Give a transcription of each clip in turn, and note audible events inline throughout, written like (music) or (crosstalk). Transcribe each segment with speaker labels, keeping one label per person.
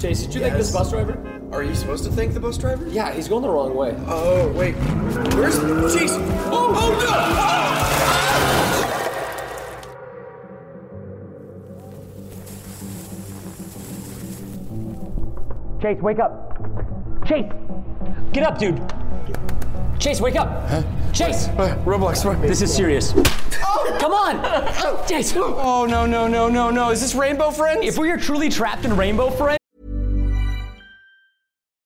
Speaker 1: Chase, did you thank this
Speaker 2: Yes.
Speaker 1: bus driver?
Speaker 2: Are you supposed to thank the bus driver?
Speaker 1: Yeah, he's going the wrong way.
Speaker 2: Oh, wait. Where's. Jeez! Oh, oh no!
Speaker 3: Chase, wake up. Chase! Get up, dude. Chase, wake up. Chase!
Speaker 2: Uh, Roblox, what?
Speaker 3: This is serious. Come on! Chase!
Speaker 2: Oh, no, no, no, no, no. Is this Rainbow Friends?
Speaker 3: If we are truly trapped in Rainbow Friends,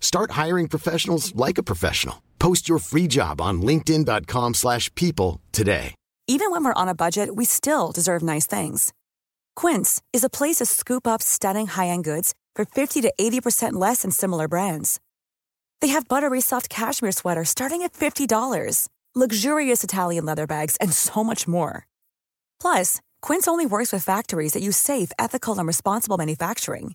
Speaker 4: Start hiring professionals like a professional. Post your free job on linkedin.com/people slash people today.
Speaker 5: Even when we're on a budget, we still deserve nice things. Quince is a place to scoop up stunning high-end goods for 50 to 80% less than similar brands. They have buttery soft cashmere sweaters starting at $50, luxurious Italian leather bags, and so much more. Plus, Quince only works with factories that use safe, ethical, and responsible manufacturing.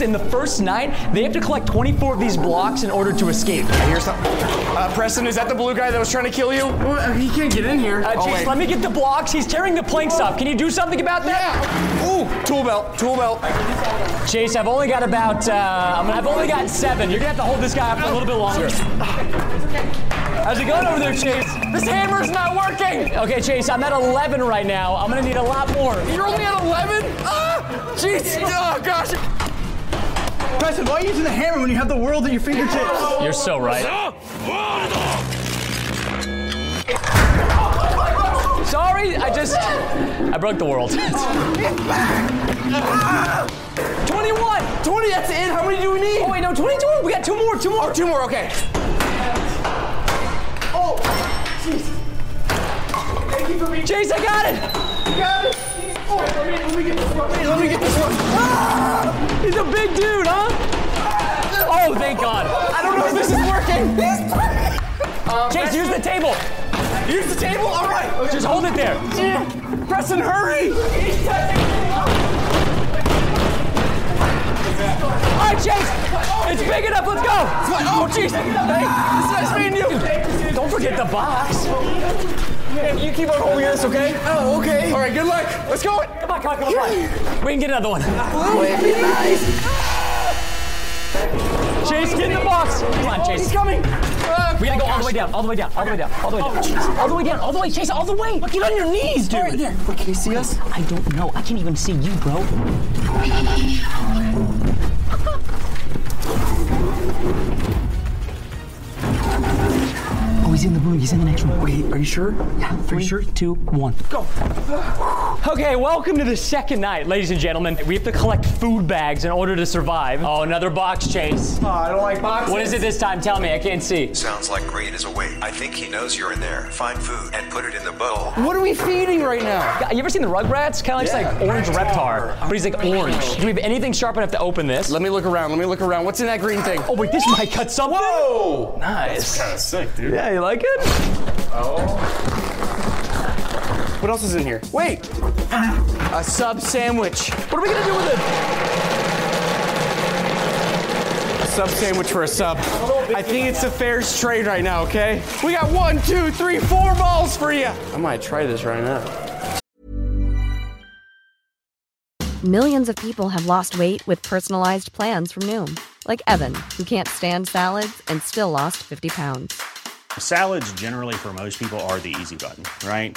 Speaker 3: in the first night, they have to collect 24 of these blocks in order to escape.
Speaker 2: I hear something. Uh, Preston, is that the blue guy that was trying to kill you? Oh, he can't get in here.
Speaker 3: Uh, Chase, let me get the blocks. He's tearing the planks up. Can you do something about that?
Speaker 2: Yeah. Ooh, tool belt, tool belt.
Speaker 3: Chase, I've only got about, uh, I'm gonna- I've only got seven. You're gonna have to hold this guy up for a little bit longer. How's it going over there, Chase? This hammer's not working. Okay, Chase, I'm at 11 right now. I'm gonna need a lot more.
Speaker 2: You're only at 11? Ah! Jeez! Oh, gosh!
Speaker 6: Preston, why are you using the hammer when you have the world at your fingertips?
Speaker 3: You're so right. Sorry, I just, I broke the world. (laughs) 21,
Speaker 2: 20, that's it. How many do we need?
Speaker 3: Oh wait, no, 22. We got two more, two more, two more. Okay.
Speaker 2: Oh, jeez. Thank you for being
Speaker 3: Chase, I got it.
Speaker 2: got it. Oh, let me, let me get this one. Wait, let me get this one. Ah!
Speaker 3: He's a big dude, huh? Oh, thank God.
Speaker 2: I don't know if this is working.
Speaker 3: (laughs) Chase, use the table.
Speaker 2: Use the table. All right. Okay.
Speaker 3: Just hold it there.
Speaker 2: Preston, hurry.
Speaker 3: All right, Chase. It's big enough. Let's go.
Speaker 2: Oh, jeez.
Speaker 3: Hey, this is nice meeting you. Don't forget the box.
Speaker 2: Hey, you keep on holding this, okay? Oh, okay. All right. Good luck. Let's go.
Speaker 3: Come on, come on, come on. We can get another one. Chase, get in the box. Come on, Chase.
Speaker 2: He's coming.
Speaker 3: We gotta go all the way down, all the way down, all the way down, all the way down. all the way down, all the way, Chase, all the way. Get on your knees, dude. Right there. Wait, can you see us? I don't know. I can't even see you, bro. Oh, he's in the blue. He's in the next one. Wait, are you sure? Yeah. Three, two, one. Go. Okay, welcome to the second night, ladies and gentlemen. We have to collect food bags in order to survive. Oh, another box chase.
Speaker 2: Oh, I don't like boxes.
Speaker 3: What is it this time? Tell me. I can't see.
Speaker 7: Sounds like Green is awake. I think he knows you're in there. Find food and put it in the bowl.
Speaker 2: What are we feeding right now?
Speaker 3: You ever seen the Rugrats? Kind of looks
Speaker 2: Yeah.
Speaker 3: like orange reptar, but he's like orange. Do we have anything sharp enough to open this?
Speaker 2: Let me look around. Let me look around. What's in that green thing?
Speaker 3: Oh wait, this might cut something.
Speaker 2: Whoa!
Speaker 3: Nice.
Speaker 8: Kind of sick, dude.
Speaker 3: Yeah, you like it?
Speaker 2: What else is in here? Wait! A sub sandwich.
Speaker 3: What are we gonna do with it?
Speaker 2: A sub sandwich for a sub. I think it's the fair's trade right now, okay? We got one, two, three, four balls for you! I might try this right now.
Speaker 9: Millions of people have lost weight with personalized plans from Noom, like Evan, who can't stand salads and still lost 50 pounds.
Speaker 8: Salads, generally, for most people, are the easy button, right?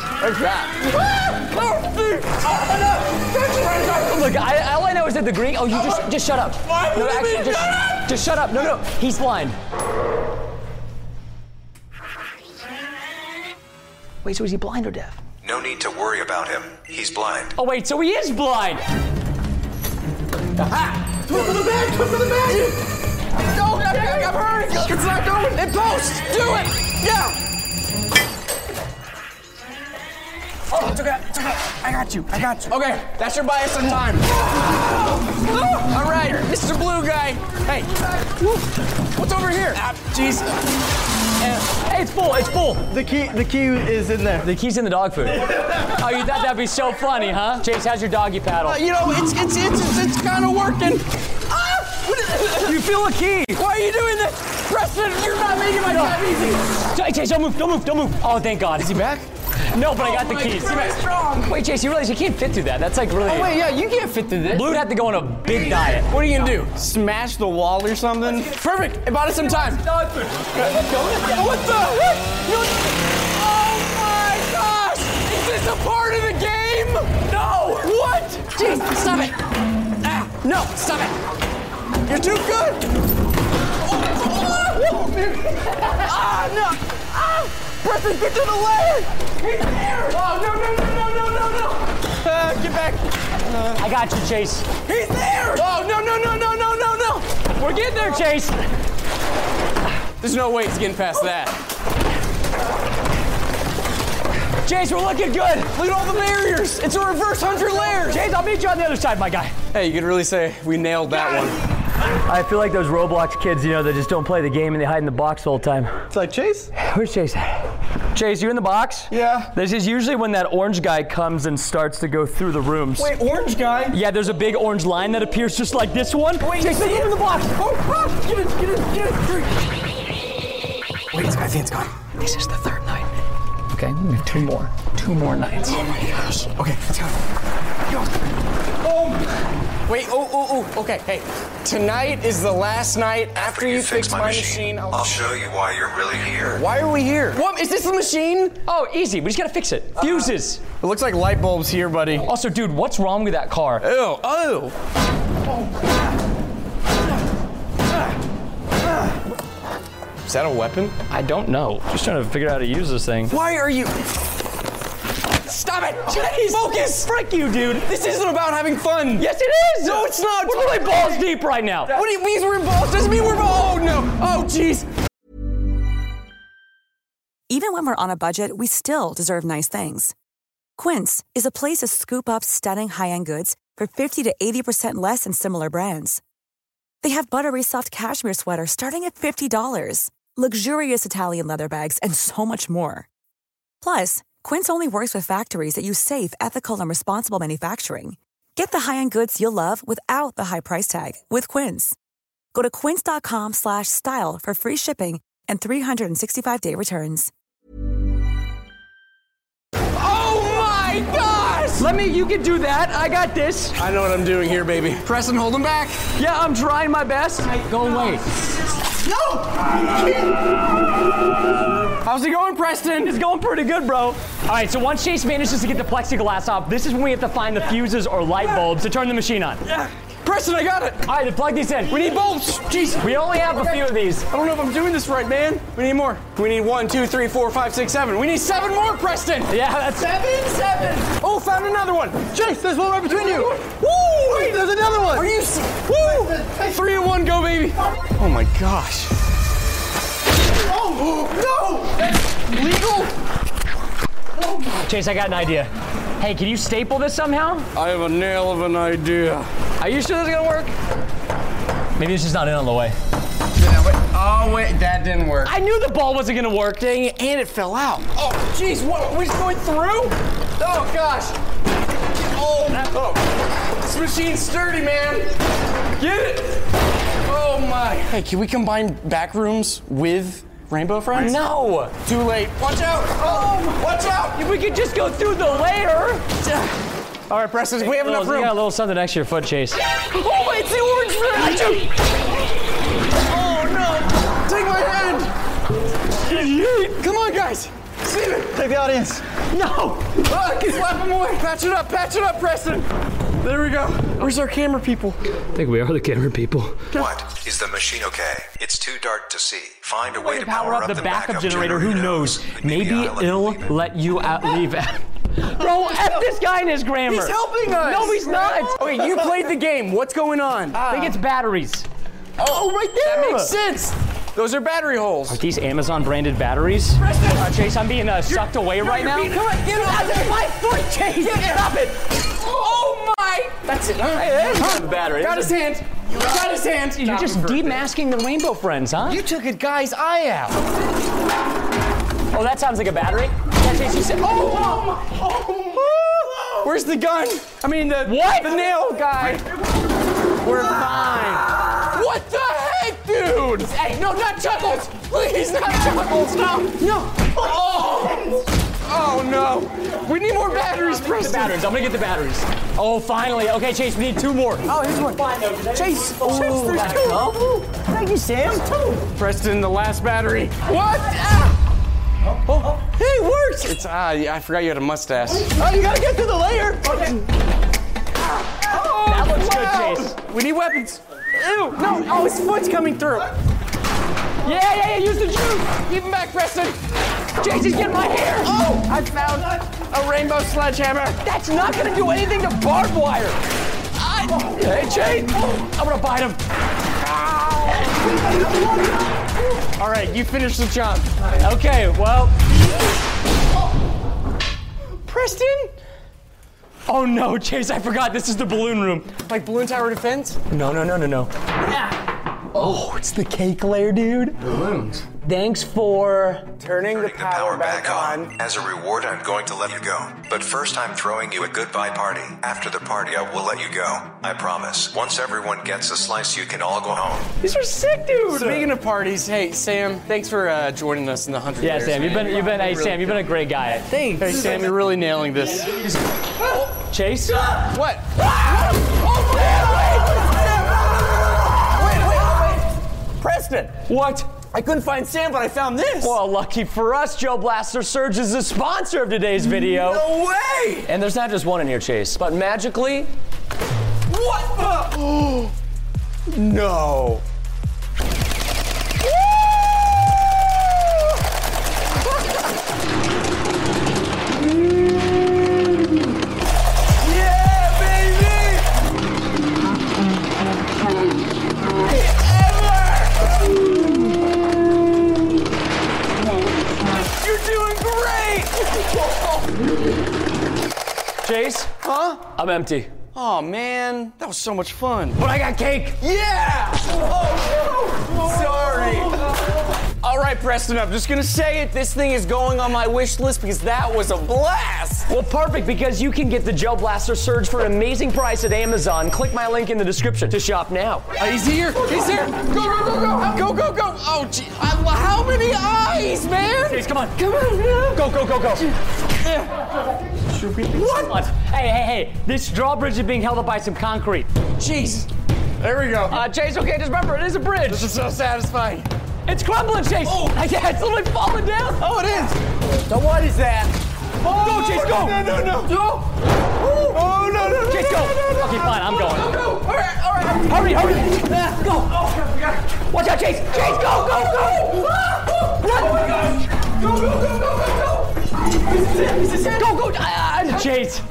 Speaker 2: What's that?
Speaker 3: Look, I, all I know is that the Greek. Oh, you just just shut up.
Speaker 2: Uh-huh. Why
Speaker 3: No,
Speaker 2: would you
Speaker 3: actually,
Speaker 2: mean
Speaker 3: just,
Speaker 2: shut up?
Speaker 3: just shut up. No, no, he's blind. Wait, so is he blind or deaf?
Speaker 7: No need to worry about him. He's blind.
Speaker 3: Oh, wait, so he is blind. Aha!
Speaker 2: Put for the bag! Put for the bag! No, I'm, I'm hurting! It's not going! In post! Do it! Yeah!
Speaker 6: Oh, it's okay. It's okay. I got you. I got you.
Speaker 2: Okay, that's your bias on time. All right, Mr. Blue Guy. Hey, woo, what's over here?
Speaker 6: Jeez.
Speaker 3: Ah, Hey, it's full, it's full.
Speaker 6: The key. The key is in there.
Speaker 3: The key's in the dog
Speaker 2: (laughs)
Speaker 3: food. oh, you thought that'd be so funny, huh? Chase, how's your doggy paddle?
Speaker 2: Uh, you know, it's it's it's it's, it's kind of working. Ah! What is-
Speaker 3: You feel a key.
Speaker 2: Why are you doing this, Preston? You're not making my job easy.
Speaker 3: Ch- Chase, don't move, don't move, don't move. Oh, thank God. Is he back? No, but I
Speaker 2: Oh,
Speaker 3: got the keys.
Speaker 2: strong.
Speaker 3: Wait, Chase, you realize you can't fit through that. That's like really.
Speaker 2: Oh wait, yeah, you can't fit through this.
Speaker 3: Blue'd have to go on a big diet.
Speaker 2: What are you gonna do? Smash the wall or something? Perfect. It bought us some time. what the heck? You- Oh my gosh! Is this a part of the game? No. What? Jeez, stop it. Ah, no, stop it. You're too good. (laughs) Oh, oh, ah, ah, no. Ah, Preston, get to the ladder. He's there. Oh no no no no no no no. Uh, get back.
Speaker 3: I got you, Chase.
Speaker 2: He's there! Oh, no, no, no, no, no, no, no!
Speaker 3: We're getting there, Chase.
Speaker 2: There's no way he's getting past that.
Speaker 3: Chase, we're looking good.
Speaker 2: Look at all the barriers! It's a reverse 100 layers!
Speaker 3: Chase, I'll meet you on the other side, my guy.
Speaker 2: Hey, you could really say we nailed that one.
Speaker 3: I feel like those Roblox kids, you know, that just don't play the game and they hide in the box all the whole time.
Speaker 6: It's like Chase.
Speaker 3: Where's Chase? Chase, you in the box?
Speaker 6: Yeah.
Speaker 3: This is usually when that orange guy comes and starts to go through the rooms.
Speaker 6: Wait, orange guy.
Speaker 3: Yeah, there's a big orange line that appears just like this one. Wait, Chase,
Speaker 6: see
Speaker 3: get in the box.
Speaker 6: Oh, ah, get it, get it, get it. Three.
Speaker 2: Wait, this guy, I think it's gone.
Speaker 3: This is the third night. Okay, we have two more. Two more nights.
Speaker 2: Oh my gosh. Okay, let's go. Go. Oh! Wait, oh, oh, oh, okay, hey. Tonight is the last night after, you, fix, my machine. I'll-
Speaker 7: I'll show you why you're really here.
Speaker 2: Why are we here? What? Is this the machine?
Speaker 3: Oh, easy. We just gotta fix it. Fuses.
Speaker 2: It looks like light bulbs here, buddy. Oh,
Speaker 3: Also, dude, what's wrong with that car?
Speaker 2: oh. Is that a weapon?
Speaker 3: I don't know. Just trying to figure out how to use this thing.
Speaker 2: Why are you? Stop it!
Speaker 3: Jeez.
Speaker 2: Oh, Focus!
Speaker 3: Frick you, dude.
Speaker 2: This isn't about having fun.
Speaker 3: Yes, it is.
Speaker 2: No, it's not.
Speaker 3: We're really balls deep right now.
Speaker 2: What do you mean we're balls? Doesn't mean we're balls. Oh no! Oh jeez!
Speaker 5: Even when we're on a budget, we still deserve nice things. Quince is a place to scoop up stunning high-end goods for 50 to 80% less than similar brands. They have buttery soft cashmere sweaters starting at $50, luxurious Italian leather bags, and so much more. Plus, Quince only works with factories that use safe, ethical, and responsible manufacturing. Get the high-end goods you'll love without the high price tag with Quince. Go to quince.com/style slash style for free shipping and 365-day returns.
Speaker 2: Oh my gosh!
Speaker 3: Let me. You can do that. I got this.
Speaker 2: I know what I'm doing here, baby. Press and hold him back.
Speaker 3: Yeah, I'm trying my best. Go away.
Speaker 2: How's it going, Preston?
Speaker 3: It's going pretty good, bro. All right. So once Chase manages to get the plexiglass off, this is when we have to find the fuses or light bulbs to turn the machine on.
Speaker 2: Preston, I got it.
Speaker 3: All right. Then plug these in.
Speaker 2: We need bulbs. Jeez.
Speaker 3: We only have a few of these.
Speaker 2: I don't know if I'm doing this right, man. We need more. We need one, two, three, four, five, six, seven. We need seven more, Preston.
Speaker 3: Yeah, that's
Speaker 2: Seven, seven. Oh, found another one.
Speaker 6: Chase, there's one right between you.
Speaker 2: Woo!
Speaker 6: Wait, there's another one.
Speaker 2: Are you? se- Woo! Three in one, go, baby. Oh my gosh. (gasps)
Speaker 6: Oh no! That's legal.
Speaker 3: Chase, I got an idea. Hey, can you staple this somehow?
Speaker 2: I have a nail of an idea. Are you sure this is gonna work?
Speaker 3: Maybe it's just not in on the way.
Speaker 2: Oh wait, that didn't work.
Speaker 3: I knew the ball wasn't gonna work.
Speaker 2: Dang it, and it fell out. Oh, jeez, what? We just going through? Oh, gosh. Oh, oh. This machine's sturdy, man. Get it. Oh, my. Hey, can we combine back rooms with Rainbow Friends?
Speaker 3: No.
Speaker 2: Too late. Watch out. Oh, watch out.
Speaker 3: If we could just go through the layer.
Speaker 2: All right, Preston, we have enough
Speaker 3: You
Speaker 2: room.
Speaker 3: got a little something extra foot (laughs) chase.
Speaker 2: Oh, wait, it's the orange friend. Oh, no. Take my hand. Come on, guys. Steven.
Speaker 6: Take the audience.
Speaker 2: No! Look, he's him away. Patch it up, patch it up, Preston. There we go. Where's our camera people?
Speaker 8: I think we are the camera people.
Speaker 7: What? Is the machine okay? It's too dark to see. Find a way to
Speaker 3: Power up the backup generator. Who knows?
Speaker 7: But
Speaker 3: Maybe
Speaker 7: I'll
Speaker 3: it'll
Speaker 7: let you leave it.
Speaker 3: let you out leave. (laughs) Bro, F this guy in his grammar.
Speaker 2: He's helping us.
Speaker 3: No, he's not.
Speaker 2: Wait, you played the game. What's going on?
Speaker 8: Ah.
Speaker 3: I think it's batteries.
Speaker 2: oh, right there. That
Speaker 3: there.
Speaker 2: makes sense. Those are battery holes.
Speaker 3: These Amazon branded batteries. Uh, Chase, I'm being uh, sucked away right now.
Speaker 2: Come on, get out of My foot, Chase. Stop it. Oh my. That's it. Huh?
Speaker 3: battery.
Speaker 2: Got his hand. Got his hand.
Speaker 3: You're just demasking the rainbow friends, huh?
Speaker 2: You took a guy's eye out.
Speaker 3: oh, that sounds like a battery. Yeah, Chase, you said.
Speaker 2: Oh, oh my. Oh my. Where's the gun? I mean, the,
Speaker 3: What?
Speaker 2: the nail guy.
Speaker 3: We're fine.
Speaker 2: What the heck, dude? Hey, no, not Chuckles! Please, not Chuckles! No! No! Oh! Oh no! We need more batteries,
Speaker 3: Get the
Speaker 2: Preston!
Speaker 3: batteries. I'm gonna get the batteries. Oh, finally. Okay, Chase, we need two more.
Speaker 6: Oh, here's one. Chase. Ooh,
Speaker 2: there's
Speaker 6: back
Speaker 2: two.
Speaker 6: up. Thank you, Sam.
Speaker 2: Preston, the last battery. What? Ah! Oh, oh. Hey, it works! It's, ah, I forgot you had a mustache.
Speaker 6: Oh, you gotta get through the layer.
Speaker 2: Oh,
Speaker 3: That looks good,
Speaker 2: Chase. We need weapons. Ew, no, oh, his foot's coming through.
Speaker 3: Yeah, yeah, yeah. Use the juice.
Speaker 2: Give him back, Preston.
Speaker 3: Chase, he's getting my hair.
Speaker 2: Oh, I found a rainbow sledgehammer.
Speaker 3: That's not gonna do anything to barbed wire. I, hey, Chase. I'm gonna bite him.
Speaker 2: All right, you finish the job.
Speaker 3: Okay, well.
Speaker 2: Preston?
Speaker 3: Oh no, Chase, I forgot. This is the balloon room.
Speaker 2: Like balloon tower defense?
Speaker 3: No, no, no, no, no. Oh, it's the cake layer, dude.
Speaker 6: Balloons.
Speaker 3: Thanks for.
Speaker 2: Turning, the,
Speaker 7: Turning the
Speaker 2: power, back, on.
Speaker 7: As a reward, I'm going to let you go. But first, I'm throwing you a goodbye party. After the party, I will let you go. I promise. Once everyone gets a slice, you can all go home.
Speaker 2: These are sick, dude. Speaking of parties, hey Sam, thanks for uh, joining us in the hundred.
Speaker 3: Yeah, Sam, you've been, you've been, hey, Sam, you've been a great guy.
Speaker 2: Thanks. Hey Sam, you're really nailing this.
Speaker 3: Chase?
Speaker 2: What? Oh, man, wait. Sam, wait, wait, wait. Preston,
Speaker 3: What?
Speaker 2: I couldn't find Sam, but I found this.
Speaker 3: Well, lucky for us, Joe Blaster Surge is the sponsor of today's video.
Speaker 2: no way.
Speaker 3: And there's not just one in here, Chase, but magically,
Speaker 2: What the? (gasps) no. yeah, baby! You're doing great!
Speaker 3: Chase,
Speaker 2: huh?
Speaker 3: I'm empty.
Speaker 2: Oh man, that was so much fun.
Speaker 3: But I got cake.
Speaker 2: Yeah! (laughs) Sorry. All right, Preston, I'm just gonna say it. This thing is going on my wish list because that was a blast.
Speaker 3: Well, perfect because you can get the Joe Blaster Surge for an amazing price at Amazon. Click my link in the description to shop now.
Speaker 2: Uh, he's here. He's here. Go, go, go, go. Go, go, go. Oh, gee. I- how many eyes, man?
Speaker 3: Chase, come on.
Speaker 2: Come on, man.
Speaker 3: Go, go, go, go.
Speaker 2: Should we? What?
Speaker 3: Hey, hey, hey. This drawbridge is being held up by some concrete.
Speaker 2: Jeez. There we go.
Speaker 3: Uh, Chase, okay, just remember, it is a bridge.
Speaker 2: this is so satisfying.
Speaker 3: It's crumbling, Chase.
Speaker 2: Oh.
Speaker 3: Yeah, (laughs) it's literally falling down.
Speaker 2: Oh, it is. So what is that?
Speaker 10: Oh,
Speaker 3: Go, Chase, go.
Speaker 2: No, no, no. No. Oh, no, no, no.
Speaker 3: Chase,
Speaker 2: no,
Speaker 3: go.
Speaker 2: no, no, no.
Speaker 3: Okay, fine, I'm going.
Speaker 2: Go, go. All right, all right.
Speaker 3: Hurry, hurry.
Speaker 2: Ah, go. Oh, we got it.
Speaker 3: Watch out, Chase. Chase, go, go, go.
Speaker 2: Ah, Run. Oh, my
Speaker 3: Uh,
Speaker 2: gosh. Go, go, go, go, go, go. This is it. This is it.
Speaker 3: Go, go. Uh, Chase.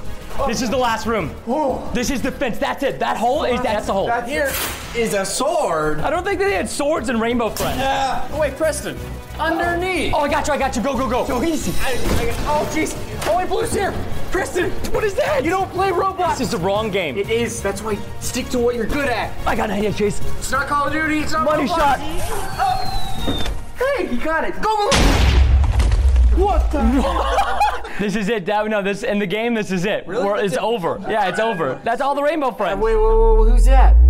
Speaker 3: This is the last room.
Speaker 10: Oh.
Speaker 3: This is the fence. That's it. That hole is that's the hole.
Speaker 10: That here is a sword.
Speaker 3: I don't think they had swords in Rainbow Friends.
Speaker 10: Yeah. Oh, wait, Preston. Underneath.
Speaker 3: Oh, I got you. I got you. Go, go, go.
Speaker 10: So easy. I, I, oh, jeez. Oh, wait, blue's here. Preston, what is that? You don't play Roblox.
Speaker 3: This is the wrong game.
Speaker 10: It is. That's why stick to what you're good at.
Speaker 3: I got an idea, Chase.
Speaker 10: It's not Call of Duty. It's not
Speaker 3: Money
Speaker 10: Roblox.
Speaker 3: shot.
Speaker 10: Oh. Hey, you got it. Go, blue. What the?
Speaker 3: This is it. That, no, this in the game. This is it. We're- it's over. Yeah, it's over. That's all the Rainbow Friends.
Speaker 10: wait, wait, wait, wait, who's that?